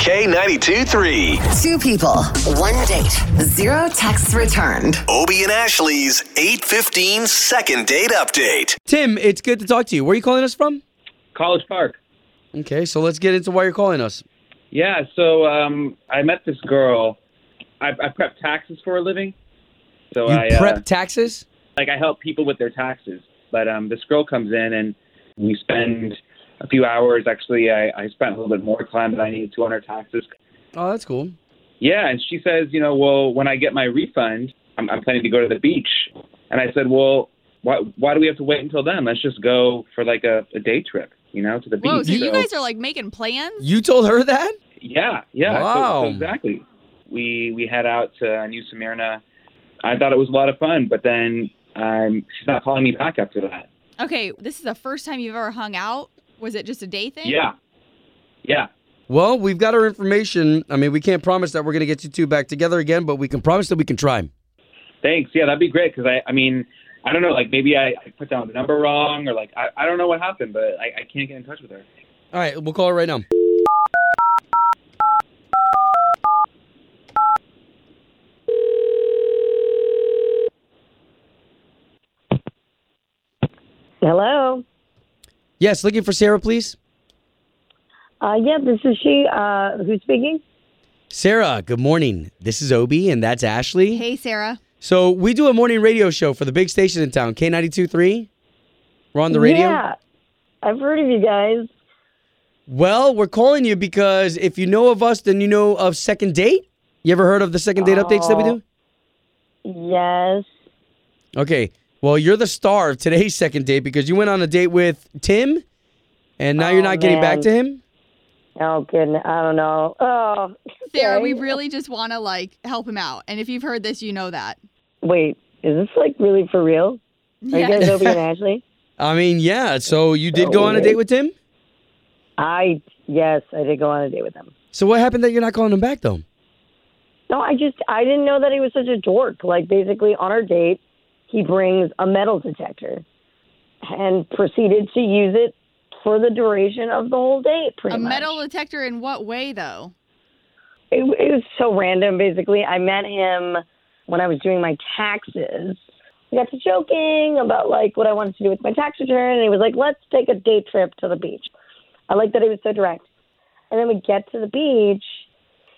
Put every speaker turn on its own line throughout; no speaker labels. K92 3.
Two people, one date, zero texts returned.
Obie and Ashley's 815 second date update.
Tim, it's good to talk to you. Where are you calling us from?
College Park.
Okay, so let's get into why you're calling us.
Yeah, so um, I met this girl. I, I prep taxes for a living, so
You
I
prep
uh,
taxes?
like I help people with their taxes. But um, this girl comes in and we spend a few hours. Actually, I, I spent a little bit more time than I needed to on her taxes.
Oh, that's cool.
Yeah, and she says, you know, well, when I get my refund, I'm, I'm planning to go to the beach. And I said, well, why why do we have to wait until then? Let's just go for like a, a day trip, you know, to the
Whoa,
beach.
so you guys are like making plans?
You told her that?
Yeah, yeah. so-
Wow.
So, exactly. We we head out to uh, New Smyrna. I thought it was a lot of fun, but then um, she's not calling me back after that.
Okay, this is the first time you've ever hung out. Was it just a day thing?
Yeah, yeah,
Well, we've got her information. I mean, we can't promise that we're going to get you two back together again, but we can promise that we can try.
thanks. Yeah, that'd be great because I I mean I don't know like maybe I, I put down the number wrong or like I, I don't know what happened, but I, I can't get in touch with her.
All right, we'll call her right now.
Hello.
Yes, looking for Sarah, please.
Uh, yeah, this is she. Uh, who's speaking?
Sarah, good morning. This is Obi, and that's Ashley.
Hey, Sarah.
So we do a morning radio show for the big station in town, K92.3. We're on the radio.
Yeah, I've heard of you guys.
Well, we're calling you because if you know of us, then you know of Second Date. You ever heard of the Second Date updates that we do?
Yes. Oh.
Okay. Well, you're the star of today's second date because you went on a date with Tim, and now you're
Oh,
not getting back
man.
to him.
Oh goodness, I don't know. Oh,
Sarah, we
okay.
really just want to like help him out. And if you've heard this, you know that.
wait, is this like really for real? Are you guys Obie and Ashley?
I mean, yeah. So you did go on a date with Tim.
I yes, I did go on a date with him.
So what happened that you're not calling him back though?
No, I just I didn't know that he was such a dork. Like basically, on our date, he brings a metal detector, and proceeded to use it for the duration of the whole date. Pretty
a
much.
metal detector in what way, though?
it, it was so random. Basically, I met him when I was doing my taxes. We got to joking about like what I wanted to do with my tax return, and he was like, "Let's take a day trip to the beach." I like that he was so direct. And then we get to the beach.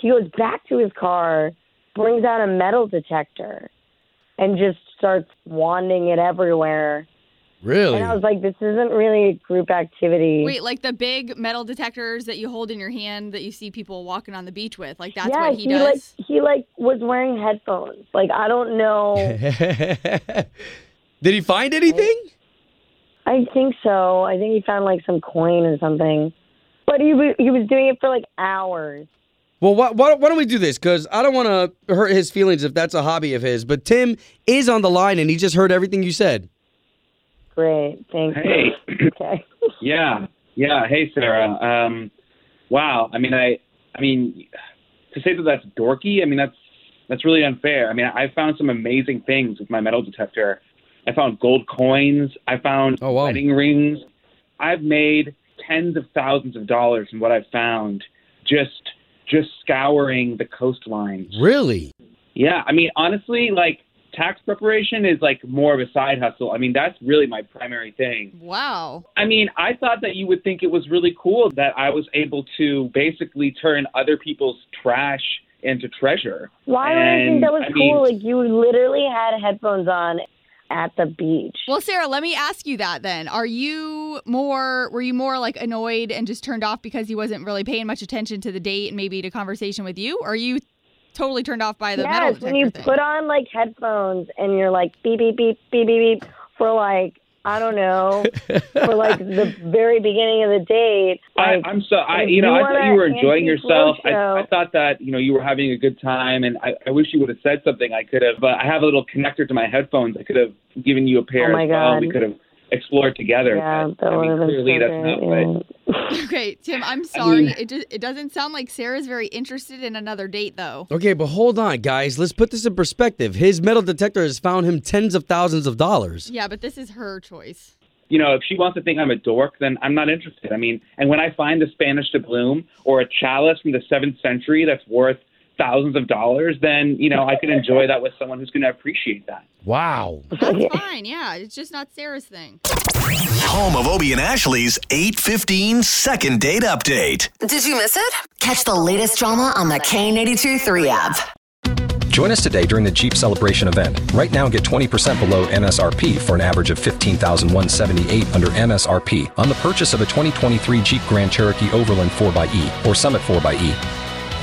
He goes back to his car, brings out a metal detector, and just starts wanding it everywhere.
Really?
And I was like, "This isn't really a group activity."
Wait, like the big metal detectors that you hold in your hand that you see people walking on the beach with? Like that's
yeah,
what he, does.
like he like was wearing headphones. Like I don't know.
did he find anything?
I think so. I think he found like some coin or something. But he was, he was doing it for like hours.
Well, why, why, why don't we do this? Because I don't want to hurt his feelings if that's a hobby of his. But Tim is on the line, and he just heard everything you said.
Great. Thank
Hey.
you. Okay.
Yeah, yeah. Hey, Sarah. Um, wow. I mean, I, I mean, to say that that's dorky. I mean, that's that's really unfair. I mean, I found some amazing things with my metal detector. I found gold coins. I found
Oh, wow.
wedding rings. I've made tens of thousands of dollars from what I've found just just scouring the coastline.
Really?
Yeah, I mean, honestly, like tax preparation is like more of a side hustle. I mean, that's really my primary thing.
wow.
I mean, I thought that you would think it was really cool that I was able to basically turn other people's trash into treasure.
Why would I think that was
And, I mean-
cool? like you literally had headphones on at the beach.
Well, Sarah, let me ask you that then. Are you more were you more like annoyed and just turned off because he wasn't really paying much attention to the date and maybe to conversation with you? Or are you totally turned off by the metal
yes,
detector
when you
thing?
put on like headphones and you're like beep beep beep beep beep beep for like I don't know, for like the very beginning of the date.
I,
Like,
I'm so I
if
you know
you
I
wanna
thought you were enjoying
antique
yourself. I,
roadshow-
I thought that you know you were having a good time, and I, I wish you would have said something. I could have. Uh, I have a little connector to my headphones. I could have given you a pair.
Oh, my
as well. We
God.
could have explored together.
yeah,
but,
that
I
would
mean,
have been
clearly
so
that's not
great,
what.
yeah.
Okay, Tim, I'm sorry.
mean-
it just, it doesn't sound like Sarah's very interested in another date though.
Okay, but hold on, guys. Let's put this in perspective. His metal detector has found him tens of thousands of dollars.
Yeah, but this is her choice.
You know, if she wants to think I'm a dork, then I'm not interested. I mean, and when I find a Spanish doubloon or a chalice from the seventh century that's worth thousands of dollars, then you know I can enjoy that with someone who's going to appreciate that.
Wow.
That's fine. Yeah, it's just not Sarah's thing.
Home of Obie and Ashley's 815 second date update.
Did you miss it? Catch the latest drama on the K82 3 app.
Join us today during the Jeep Celebration event. Right now, get 20% below MSRP for an average of 15178 under MSRP on the purchase of a 2023 Jeep Grand Cherokee Overland 4xE or Summit 4xE.